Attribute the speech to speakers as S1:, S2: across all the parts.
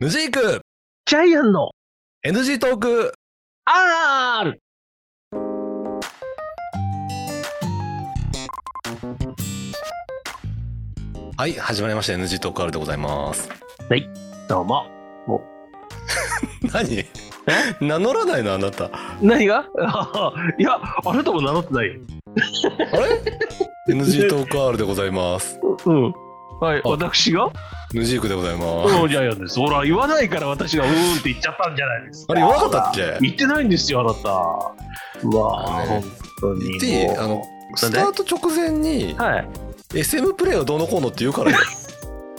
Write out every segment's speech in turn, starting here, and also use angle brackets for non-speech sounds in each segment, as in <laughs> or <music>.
S1: ヌジーク
S2: ジャイアンの
S1: NG トーク
S2: R!
S1: はい始まりました NG トーク R でございます
S2: どうも。
S1: 何名乗らないのあなた
S2: 何が <laughs> いや、あなたも名乗ってないよ。
S1: あれ NG トーク R でございます
S2: うん。はい、
S1: あ
S2: 私が
S1: ヌジークでございます
S2: うん、ジャイアンです。ほら、言わないから私がうーんって言っちゃったんじゃないですか。
S1: あれ言わなかったっけ
S2: 言ってないんですよ、あなた。うわ
S1: あの
S2: あ、
S1: ね
S2: 本当に
S1: 言
S2: もう。
S1: っていいあのスタート直前に
S2: はい。
S1: SM プレイはどうのこうのって言うからよ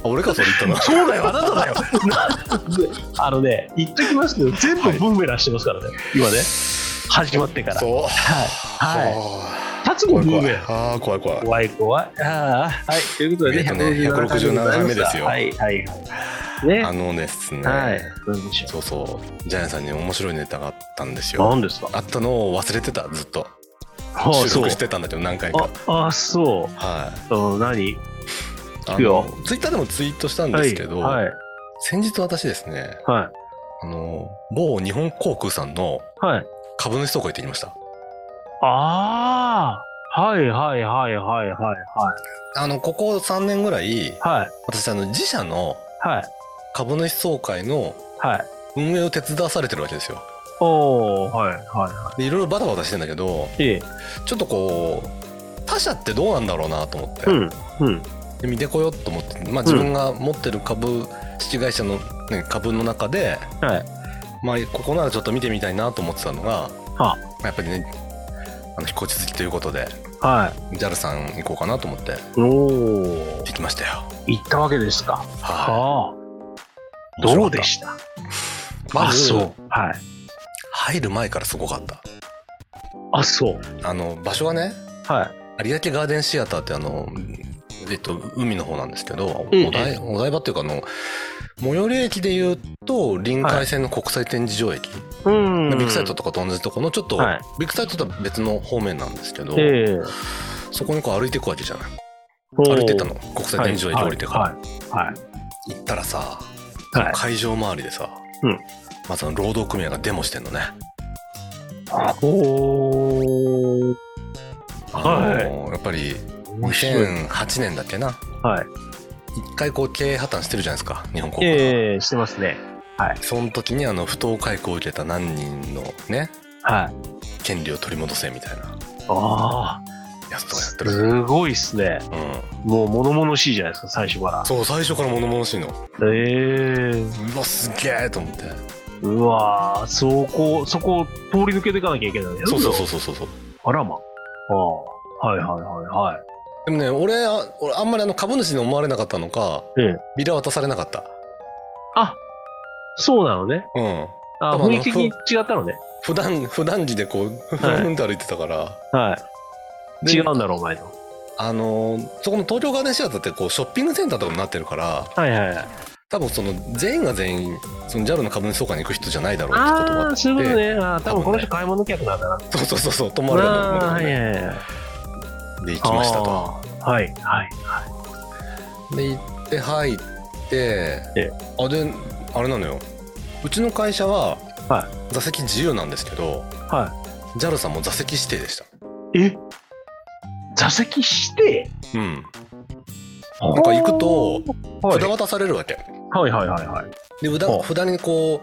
S1: あ俺かそれ言ったな
S2: <laughs> そうだよ、あなただよ。あのね、言っときますけど、全部ブーメランしてますからね、今ね。始まってから。
S1: そう
S2: はい。はい。
S1: い
S2: 立つも
S1: 怖い
S2: ブー
S1: 怖い
S2: メラン。
S1: あー怖い怖い
S2: 怖い怖い。ああ、はい。ということでね、
S1: えっとね167回目ですよ
S2: はいはいはい。ね
S1: あ、のですね、
S2: はい。なんでしょ
S1: そうそうジャイアンさんに面白いネタがあったんです
S2: う。な
S1: よ
S2: んですか。
S1: あったのを忘れてたずっと
S2: あ
S1: 収録してたんだけど何回か
S2: あ、あ、そ
S1: は
S2: う。うん、何。
S1: い
S2: 聞くよ
S1: あのツイッターでもツイートしたんですけど、
S2: はい。
S1: 先日私ですね
S2: は
S1: あの某日本航空さんの
S2: い。はい。
S1: 株主総会行ってきました
S2: ああ。はいはいはいはいはいはい。
S1: あのここ3年ぐらい
S2: はい。
S1: 私あの自社の
S2: はい。
S1: 株主総会の
S2: はい。
S1: 運営を手伝わされてるわけですよ
S2: おお、はいはいは
S1: でいろいろバタバタしてんだけど
S2: い。ええ。
S1: ちょっとこう他社ってどうなんだろうなと思って、
S2: うん。うん。
S1: で見てこようと思って、まあ、自分が持ってる株式会社の、ね、株の中で、
S2: はい。
S1: まあ、ここならちょっと見てみたいなと思ってたのが、
S2: あ
S1: やっぱりねあの飛行機好きということで
S2: は
S1: JAL さん行こうかなと思って
S2: い。おお。
S1: 行きましたよ
S2: 行ったわけですか。
S1: はい
S2: ああ。どうで
S1: 面白かっ
S2: した。
S1: たまず
S2: う。はい。
S1: 入る前からすごかった
S2: あ、そう。
S1: あの場所はね
S2: はい。
S1: 有明ガーデンシアターってあの、えっと、海の方なんですけど、
S2: うん
S1: お台お台場っていうかあの最寄り駅でいうと臨海線の国際展示場駅、
S2: うん
S1: ビッグサイトとかと同じとこのちょっと、
S2: はい
S1: ビッグサイトとは別の方面なんですけど、
S2: ええ
S1: そこにこう歩いていくわけじゃない歩いてったの国際展示場駅降りてから、
S2: はいはい
S1: 行ったらさ、
S2: はい
S1: 会場周りでさ、
S2: うん
S1: まずあの労働組合がデモしてんのね、
S2: はいおー
S1: あのーやっぱり
S2: 面白い
S1: 2008年だっけな
S2: はい
S1: 一回こう経営破綻してるじゃないですか日本航空が、
S2: ええしてますね
S1: その時にあの不当解雇を受けた何人のね
S2: はい
S1: 権利を取り戻せみたいな
S2: あ
S1: やつ
S2: あ
S1: とかやってる、
S2: すごいっすね
S1: うん、
S2: もう物々しいじゃないですか最初か
S1: そう最初から物々しいの
S2: らええ
S1: うわすげえと思って
S2: うわーそこそこを通り抜けていかなきゃいけないね
S1: そうそうそうそうそうそう
S2: あらまああはいはいはいはい
S1: でもね俺あ俺あんまりあの株主に思われなかったのか、
S2: ええ
S1: ビラ渡されなかった
S2: あそうなのね
S1: うん
S2: あ
S1: 多分あの
S2: 雰囲気的に違ったのね
S1: 普段普段着でこうふんふんって歩いてたから、
S2: はい
S1: で
S2: 違うんだろうお前と
S1: あのーそこの東京ガーデンシアターってこうショッピングセンターとかになってるから
S2: はいはいはい
S1: 多分その全員が全員その JAL の株主総会に行く人じゃないだろうってことも
S2: あ
S1: あ
S2: あ、
S1: っ
S2: そういうことね。ああ、多
S1: 多分
S2: 分
S1: ね
S2: この人買い物客なんだな。
S1: てそうそうそうそう泊まれたんだと思うん
S2: ああ、
S1: だ
S2: は
S1: けどね
S2: いはいはい。
S1: で行きましたと
S2: あーはいはい。
S1: で行って入って
S2: え
S1: あであれなのようちの会社は
S2: は
S1: 座席自由なんですけど、
S2: は
S1: JAL さんも座席指定でした
S2: い。え座席して
S1: うんなんか行くと、
S2: はい、
S1: 札渡されるわけ、
S2: はいはいはいはい。
S1: で札
S2: ほう
S1: 札にこ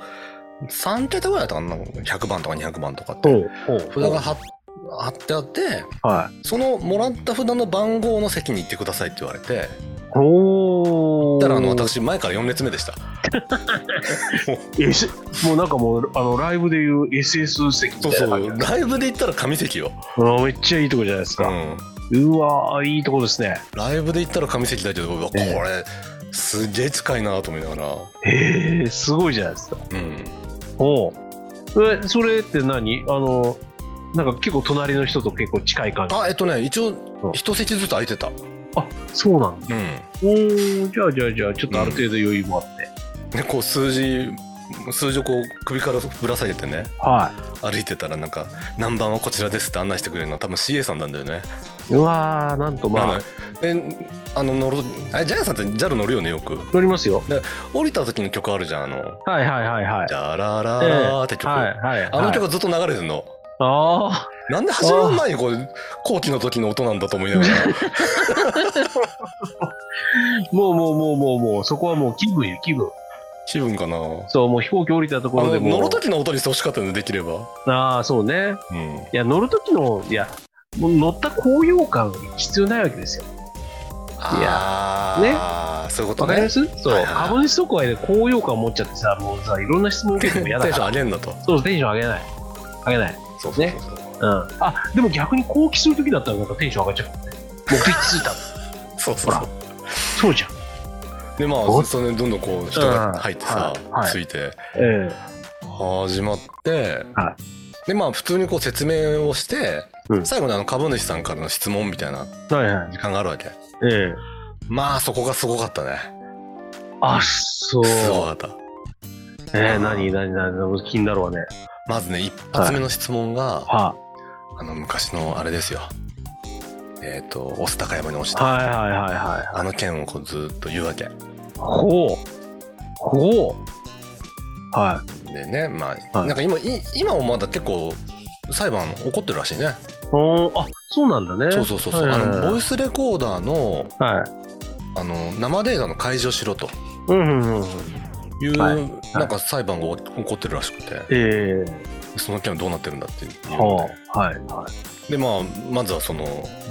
S1: う3桁ぐらいだったかな100番とか200番とかっ
S2: ほ
S1: て
S2: うほう
S1: 札が貼っ貼ってあって
S2: はい。
S1: そのもらった札の番号の席に行ってくださいって言われて
S2: おお。
S1: だからあの。私前から4列目でした
S2: S、もうなんかもう、あの、ライブでいう SS 席み
S1: そう
S2: た
S1: そ
S2: いな感じ
S1: うライブで行ったら紙席よ、
S2: あーめっちゃいいとこじゃないです
S1: う
S2: か。
S1: ん、
S2: うわーいいとこですね。
S1: ライブで行ったら紙席だけどうわこ
S2: ええ
S1: れすげえ近いなと思いながら、
S2: へえ、すごいじゃないですか。
S1: うん、
S2: おうえ、それって何あの、なんか結構隣の人と結構近い感じ。
S1: あえっとね一
S2: う
S1: 応
S2: ん
S1: 一席ずつ空いてた、うん、
S2: あ、そうなんだ。おーじゃあじゃあじゃあちょっとある程度余裕もあって、
S1: でこう数字数字をこう首からぶら下げてね
S2: は
S1: 歩いてたらなんか「何番はこちらです」って案内してくれるのは多分 CA さんなんだよね、
S2: いうわーなんとまあ
S1: なのえあの乗るあれジャイアンさんって JAL 乗るよねよく
S2: 乗りますよ。
S1: 降りた時の曲あるじゃんあの
S2: はいはいはい
S1: 「
S2: はい
S1: ジ。ャララ
S2: ええ
S1: ラ」って曲、
S2: はいはいはい。
S1: あの曲ずっと流れてるの、
S2: ああ。
S1: なんで走る前にこう後期の時の音なんだと思いなが
S2: <laughs>
S1: ら
S2: もうもうもうもうもう、そこはもう気分よ、気分。
S1: 気分かな
S2: そう、もう飛行機降りたとこ
S1: あ
S2: ろで
S1: の
S2: もう。
S1: 乗る時の音にしてほしかったのでできれば
S2: ああ、そうね。
S1: うん
S2: いや、乗る時の、いや、もう乗った高揚感必要ないわけですよ。
S1: ああそういうこ
S2: わ
S1: と
S2: かりま
S1: ね
S2: すそう
S1: はい。はい
S2: 株主総会で高揚感持っちゃってさ、もうさ、いろんな質問受けても嫌
S1: テ
S2: だ
S1: ンシ
S2: か
S1: ョン
S2: ら。
S1: 上げんなと
S2: <laughs> そう、テンション上げない。上げない。
S1: そうそうそう
S2: ねうん。あ、でも逆に好奇する時だったらなんかテンション上がっちゃうからね。目的ついた。
S1: そうそう
S2: ほ
S1: そう
S2: そうじゃん。
S1: でま
S2: お
S1: あそれどんどんこう人が入ってさ、
S2: うんはいはい
S1: ついて
S2: え
S1: 始まって、
S2: は
S1: でまあ普通にこう説明をして、
S2: うん
S1: 最後にあの株主さんからの質問みたいな
S2: えはいはい。
S1: 時間があるわけ
S2: ええ
S1: まあそこがすごかったね
S2: あ、そう。
S1: すごかった
S2: ええ何、何、何、気になるわね。
S1: まずね一発目の質問が、
S2: は
S1: あの昔のあれですよえっ、とオス高山に落ち
S2: い。
S1: た
S2: はいはいはいはい。
S1: あの件をこうずっと言うわけ
S2: ほう。ほう。は
S1: でねまあ、
S2: はい
S1: なんか今い今もまだ結構裁判起こってるらしいね
S2: い。おーあ、そうなんだね。
S1: そうそうそうそう、
S2: はいはい
S1: あ
S2: はい
S1: のボイスレコーダーの
S2: はい。
S1: あの生データの開示をしろと
S2: うんうんうん。
S1: いう、
S2: はい
S1: なんか裁判が起こってるらしくて、
S2: ええ
S1: その件はどうなってるんだっていう
S2: ほう。はいは
S1: でまあまずはその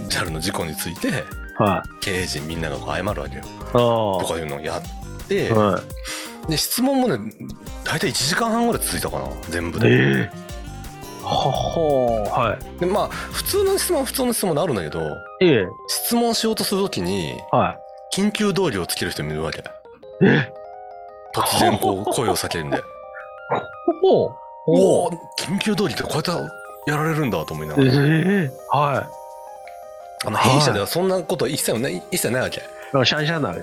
S1: JAL の事故について
S2: い。はい。
S1: 経営陣みんながこう謝るわけよ
S2: あ
S1: と
S2: あ。
S1: かいうのをやって、
S2: はい。
S1: で質問もね大体1時間半ぐらい続いたかな全部で、
S2: ええはほう。はい。
S1: でまあ普通の質問は普通の質問であるんだけど
S2: ええ
S1: 質問しようとするときに
S2: は
S1: 緊急動揺をつける人もいるわけ
S2: い。え
S1: 突然こう声を叫ん
S2: <laughs>
S1: で
S2: ほう。
S1: 「おお緊急動揺ってこうやってやられるんだ」と思いな
S2: え
S1: がら、
S2: えは
S1: あの弊社ではそんなこと一切ない一切ないわけ <laughs>
S2: い。シャンシャンだね。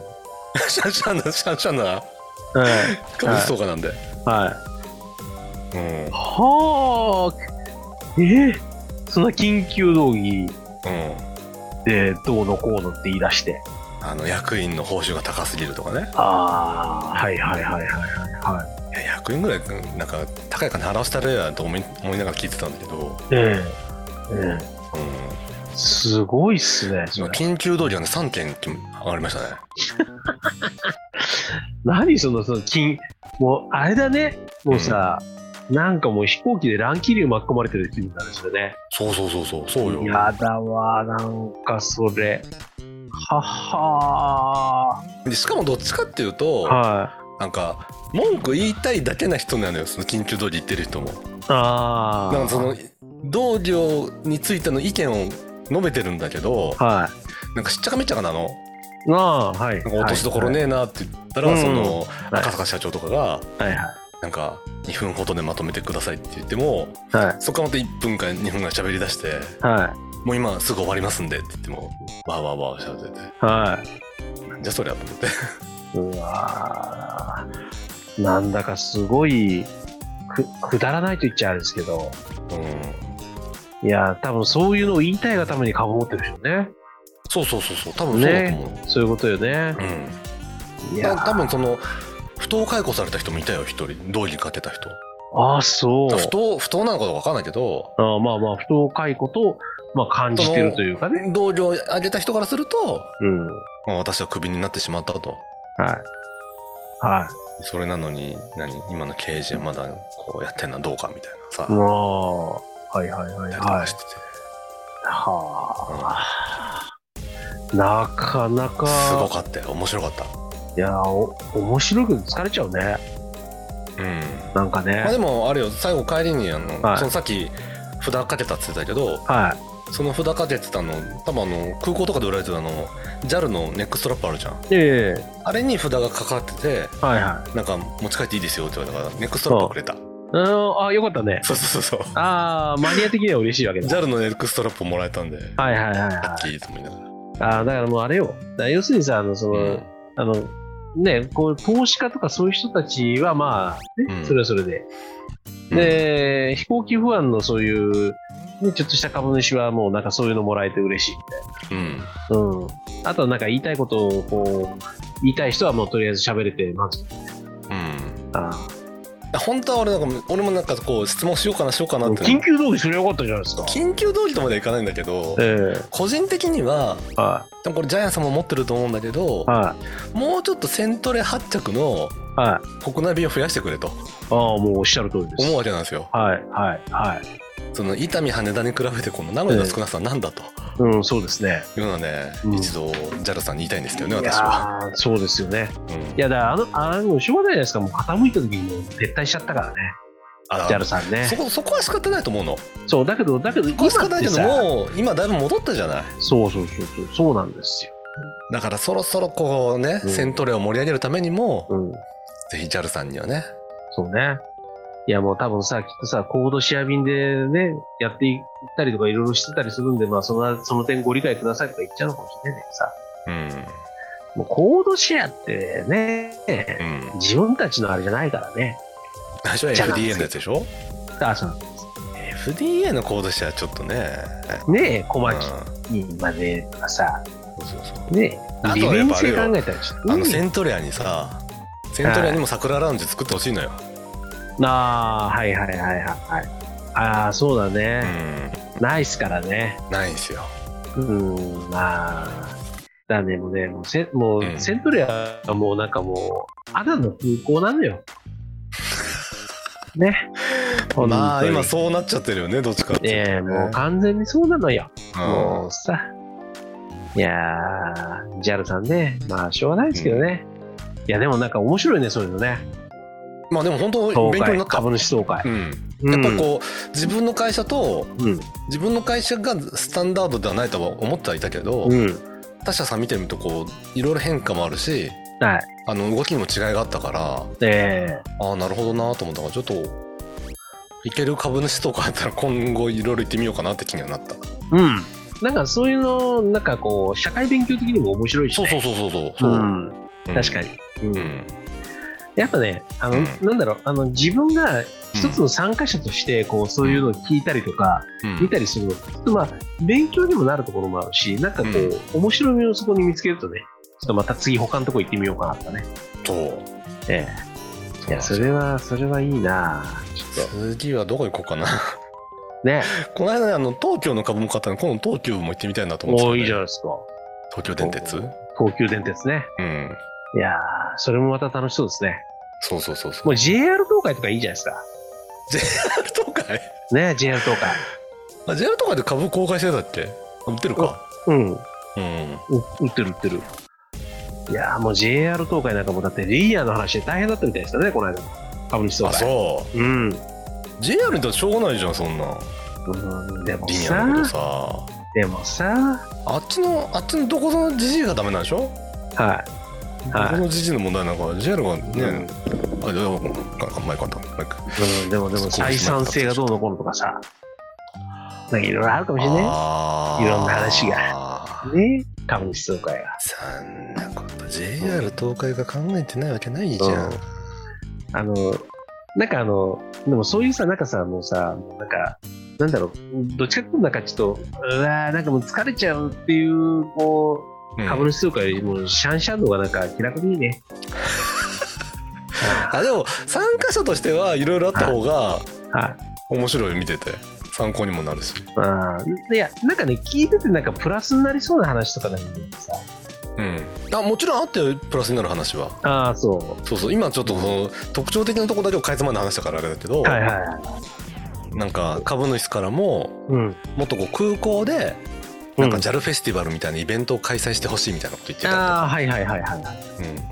S1: シャンシャンなシャンシャンな
S2: え
S1: 株主総会なんで、
S2: えはい。
S1: うん
S2: はあ。ええそんな緊急動
S1: う
S2: 議
S1: ん
S2: でどうのこうのって言い出して。
S1: あの役員の報酬が高すぎるとかね
S2: ああ、はいはいはいはいはいはい。
S1: いや役員ぐらいなんか高い金払わせたらやと思い思いながら聞いてたんだけど、
S2: えええ
S1: う
S2: えすごいっすね。そ
S1: ん、
S2: れ
S1: 緊急動揺がね3件上がりましたね
S2: 何その、その、金、もう、あれだね。もうさ、なんかもう飛行機で乱気流巻き込まれてる気分なんですよね。
S1: そうそうそうそうそうよ
S2: やだわ、なんかそれ。はっは
S1: でしかもどっちかっていう
S2: ー。
S1: と
S2: はい。
S1: なんか文句言いたいだけな人なのよその緊急動議言ってる人も
S2: あ
S1: だか
S2: あ。
S1: らその同僚についての意見を述べてるんだけど
S2: は
S1: なんかしっちゃかめっちゃかなの
S2: い。なあ、は
S1: な
S2: い。
S1: んか落としどころねえなって言ったら、
S2: はい
S1: その
S2: はい
S1: 赤坂社長とかが
S2: はいはい。
S1: なんか2分ほどでまとめてくださいって言っても
S2: はい。
S1: そこからまた1分か2分が喋り出して
S2: は
S1: もう今すぐ終わりますんでって言ってもわーわーわー喋ってて
S2: い。はい。
S1: なんじゃそりゃと思って <laughs>
S2: うわーなんだかすごいくくだらないと言っちゃあれですけど
S1: うん
S2: いやー多分そういうのを言いたいがために株持ってるでしょうね
S1: そうそうそうそう多分そうだと思う、
S2: そういうことよね
S1: うん
S2: いや
S1: た
S2: ー
S1: 多分その不当解雇された人もいたよ一人同時に勝てた人
S2: ああそう
S1: 不当不当なのかどうか分かんないけど
S2: あーまあまあ不当解雇と、まあ、感じてるというかね
S1: 同僚を挙げた人からすると、
S2: うん
S1: まあ、私はクビになってしまったと
S2: はいは
S1: それなのに何今の経営陣はまだこうやってんのはどうかみたいなさ、
S2: いまあはいはいはい
S1: やり方
S2: は
S1: を
S2: い
S1: してて
S2: はあなかなか
S1: すごかったよ面白かった
S2: いやーお面白く疲れちゃうね
S1: うん、
S2: なんかね
S1: まあ、でもあれよ最後帰りにあの、
S2: はい
S1: そのさっき札かけたって言ってたけど
S2: はい
S1: その札かけてたの多分あの空港とかで売られてたあの JAL のネックストラップあるじゃん
S2: ええ
S1: あれに札がかかってて
S2: はいはい。
S1: なんか持ち帰っていいですよって言われたからネックストラップをくれた
S2: うん、あ、よかったね。
S1: そうそうそうそう
S2: ああ、マニア的には嬉しいわけだ。
S1: JAL のネックストラップをもらえたんでラ
S2: はいはいはいはい。
S1: ッキーと思いながら
S2: ああ、だからもうあれよ。だから要するにさ、あの、その、
S1: うん
S2: あの、ね、こう、投資家とかそういう人たちはまあ、ね
S1: うん
S2: それはそれで。
S1: うん
S2: で、飛行機不安のそういう、でちょっとした株主はもうなんかそういうのもらえて嬉しいみたい
S1: うん
S2: な。うん。あとはなんか言いたいことをこう、言いたい人はもうとりあえず喋れて満足。
S1: うん
S2: あ
S1: 本当は俺なんか俺もなんかこう質問しようかなしようかなって
S2: 緊急動議すればよかったじゃないですか。
S1: 緊急動議とまではいかないんだけど
S2: ええ
S1: 個人的には
S2: はい。
S1: でもこれジャイアンさんも持ってると思うんだけど
S2: はい。
S1: もうちょっとセントレ発着の
S2: はい。
S1: 国内便を増やしてくれと
S2: ああ、もうおっしゃる通りです。
S1: 思うわけなんですよ。
S2: はい。はい。はい。
S1: その伊丹羽田に比べてこの名古屋の少なさはなんだと
S2: うん、そうですね。
S1: いうのはね、
S2: うん
S1: 一度 JAL さんに言いたいんですけどね
S2: い
S1: 私は。
S2: やーそうですよね。
S1: うん
S2: いや、だからあの、あの、しょうがないじゃないですか。もう傾いた時にもう撤退しちゃったからね。
S1: あら
S2: JAL さんね
S1: そ。こそこは仕方ないと思うの。
S2: そう、だけど、だけど、
S1: そこは仕方ないけど
S2: 今ってさ
S1: もう今だいぶ戻ったじゃない。
S2: そうそうそうそう、そうなんですよ。
S1: だからそろそろこうね、
S2: うん
S1: セントレを盛り上げるためにも、
S2: うん。
S1: ぜひ JAL さんにはね。
S2: そうね。いや、もう多分さ、きっとさ、高度シェア便でね、やっていったりとかいろいろしてたりするんで、まあ、その、その点ご理解くださいとか言っちゃうのかもしれないけどさ、
S1: うん
S2: もう高度シェアってね、
S1: うん。
S2: 自分たちのあれじゃないからね。
S1: 最初は FDA のやつでしょ
S2: あ、そうなんで
S1: ?FDA のコード社はちょっとね。
S2: す。ねえ、小
S1: うん
S2: 牧にまでとかさ、
S1: そうそうそう
S2: ね
S1: あと
S2: え、利
S1: はやっ
S2: 便
S1: ぱあれ
S2: 性
S1: よ
S2: 考えたらちょっと。
S1: あのセントレアにさ、セントレアにも桜ラウンジ作ってほしいのよ。
S2: ああ、はいはいはいはいはい。ああ、そうだ
S1: う
S2: ね。
S1: ん。
S2: ないっすからね。
S1: ないんですよ。
S2: うーん、まあ、だね、もうね、もうセもう
S1: うん
S2: セントレアはもうなんかもう、アダの空港なの
S1: <laughs>
S2: よ。ね。
S1: まあ今
S2: う。
S1: そうなっちゃってるよね、どっちかっていうと
S2: ええ
S1: ね。
S2: もう完全にそうなのよ。
S1: うん
S2: もうさ。いやー、JAL さんね、まあしょうがないですけどね。いや、でもなんか面白いね、そういうのね。
S1: まあでも本当
S2: 総
S1: 勉強になっ
S2: 会、
S1: た。
S2: 株主総会
S1: う。ん。
S2: や
S1: やっぱこう、自分の会社と
S2: うん、
S1: 自分の会社がスタンダードではないとは思ってはいたけど、
S2: うん、
S1: 他社さん見てみるとこういろいろ変化もあるし
S2: はい。
S1: あの動きにも違いがあったから
S2: ええ
S1: ああなるほどなと思ったからちょっといける株主とかあったら今後いろいろ行ってみようかなって気にはなった
S2: うん。なんかそういうの、なんかこう、社会勉強的にも面白いし、
S1: そう
S2: ね。
S1: そうそうそうそうそう、
S2: うん、確か
S1: に
S2: に。うん
S1: うん
S2: やっぱね、あの、
S1: うん
S2: なんだろう、あの、自分が一つの参加者として、こう、そういうのを聞いたりとか、
S1: うん
S2: 見たりするの、ちょっとまあ、勉強にもなるところもあるし、なんかこう、面白みをそこに見つけるとね、ちょっとまた次他のとこ行ってみようかなとかね。
S1: そう
S2: ええ。いや、それは、それはいいなちょっ
S1: 次はどこ行こうかな <laughs>
S2: と。ね。
S1: この間ねあの東京の株も買ったの今度東急も行ってみたいなと思ってた
S2: お
S1: ん
S2: ー
S1: で
S2: いいじゃないですか。
S1: 東京電鉄
S2: 東急電鉄ね。
S1: うん
S2: いやーそれもまた楽しそうですね。
S1: そうそうそうそう
S2: もう JR 東海とかいいじゃないですか。
S1: JR 東海
S2: ね、JR 東海。
S1: あ <laughs> JR 東海で株公開してたっけ売ってるか
S2: うん、
S1: うん
S2: う売ってる売ってる。いやーもう JR 東海なんかもだってリーダーの話で大変だったみたいでしたね、この間の株主総
S1: あ
S2: 会。
S1: そう
S2: う。ん。
S1: JR にとってしょうがないじゃんそんな
S2: うん、でも
S1: リニアのこと
S2: さ、
S1: さ
S2: でもさ、
S1: あっちのあっちのどこのじじいがダメなんでしょ、
S2: ははい
S1: どこのじじいの問題なんか JR が
S2: い。うん
S1: ね、あでもあんまり簡単なんか
S2: うん、でもでも採算性がどうのこうのとかさ、なんかいろいろあるかもしれな
S1: あー
S2: いろんな話
S1: あ
S2: い。ね、株主総会が。
S1: ーそんなこと JR 東海が考えてないわけないじゃん、
S2: うんあの、なんかあの、でもそういうさ、なんかさ、もうさ、なんか、なんだろう、どっちかっていうとなんかちょっと、うわーなんかもう疲れちゃうっていう、こう、
S1: うん
S2: 株主総会よりもシャンシャンのがなんか気楽でいい <laughs> ね。
S1: あでも参加者としてはいろいろあった方が
S2: は
S1: 面白い見てて参考にもなるし
S2: い。まあ、いや、なんかね、聞いててなんかプラスになりそうな話とかなんでさ。
S1: うんあもちろんあってプラスになる話は
S2: ああ、そう。
S1: そうそう今ちょっとその特徴的なところだけをかいつまんで話したからあれだけど、
S2: はいはいはい。
S1: なんか株主からも
S2: うん。
S1: もっとこう空港で
S2: う
S1: なん
S2: ん
S1: か JAL フェスティバルみたいなイベントを開催してほしいみたいなこと言ってた、
S2: ああ、はいはいはいはい。あ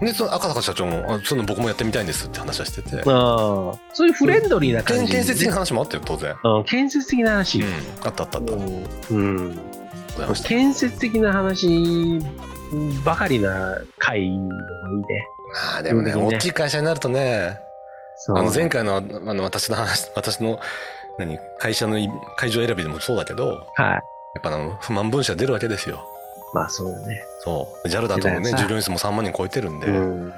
S1: うん、でその赤坂社長もあそういうの僕もやってみたいんですって話はしてて
S2: あ、そういうフレンドリーな感
S1: 建
S2: じ。
S1: 建設的な話もあったよ当然、
S2: うん、建設的な話。
S1: うん、あったあったあった、ご
S2: うん。
S1: ざいました
S2: 建設的な話ばかりな会のがいいね。
S1: あーでもね
S2: うんね
S1: 大きい会社になるとね
S2: そ
S1: あの前
S2: う。
S1: 回のあの私の話私の何会社のい会場選びでもそうだけど
S2: はい。
S1: やっぱあの不満分社出るわけですよ
S2: まあそうだね。
S1: そう JAL だとも
S2: 出
S1: ね
S2: たよさ
S1: 従業員数も3万人超えてるんで、
S2: うん。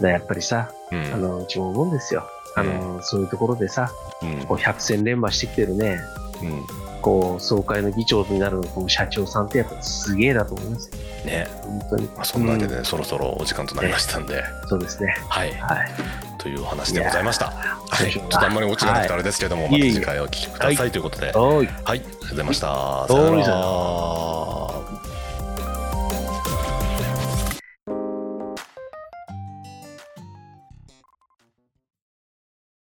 S2: だやっぱりさ、
S1: うん
S2: あの、うちも思うんですよ。あの、そういうところでさ、
S1: うん
S2: こう百戦錬磨してきてるね、
S1: うん
S2: こう、総会の議長になるこの社長さんってやっぱすげえだと思いますよ。
S1: ね、
S2: 本当に。
S1: まあ、そんなわけで、ねそろそろお時間となりましたんで、
S2: そうですね。
S1: はい、
S2: はい。
S1: というお話でございました。はい、
S2: い
S1: ち
S2: や
S1: ょ
S2: ー
S1: っとあんまり落ちがなくてあれですけども、
S2: はい
S1: また次回お聞きくださいということで、はい、
S2: おい。
S1: ありがとうございました。
S2: どうも
S1: さようなら。